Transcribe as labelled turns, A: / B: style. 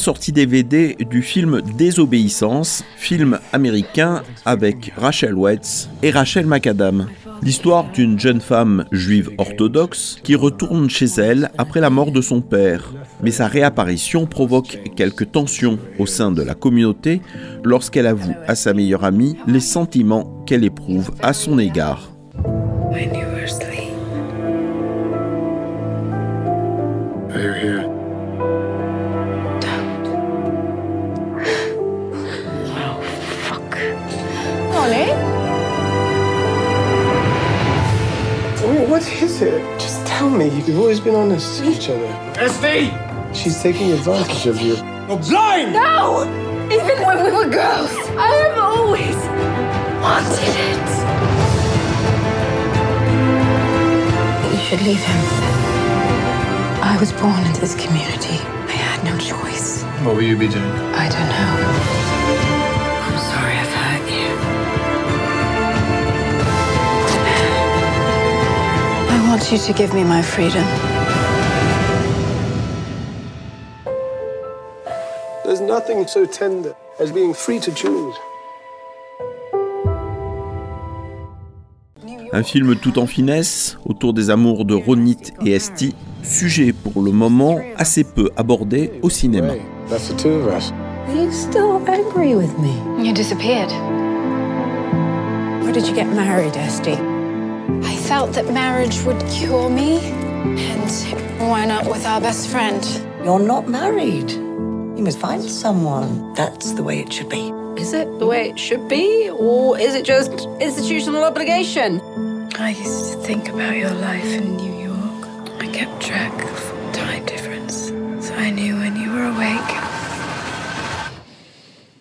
A: Sortie DVD du film Désobéissance, film américain avec Rachel Weitz et Rachel McAdam. L'histoire d'une jeune femme juive orthodoxe qui retourne chez elle après la mort de son père. Mais sa réapparition provoque quelques tensions au sein de la communauté lorsqu'elle avoue à sa meilleure amie les sentiments qu'elle éprouve à son égard.
B: When you were asleep.
C: They're here.
B: Oh, fuck.
D: Wait, what is it? Just tell me. You've always been honest to each other.
C: SD!
D: She's taking advantage of you.
C: You're blind!
B: No! Even when we were girls, I have always wanted it. You should leave him. I was born into this community. I had no choice.
C: What will you be doing?
B: I don't know. I'm sorry I've hurt you. I want you to give me my freedom.
D: There's nothing so tender as being free to choose.
A: Un film tout en finesse, autour des amours de Ronit et Esti, sujet pour le moment assez peu abordé au cinéma.
D: Hey, that's the two of us.
E: Are you still angry with me?
B: You disappeared.
E: Why did you get married, Esty?
B: I felt that marriage would cure me, and why not with our best friend?
E: You're not married. You must find someone. That's the way it should be.
F: Is it the way it should be, or is it just institutional obligation?
B: I used to think about your life in New York. I kept track of time difference, so I knew when you were awake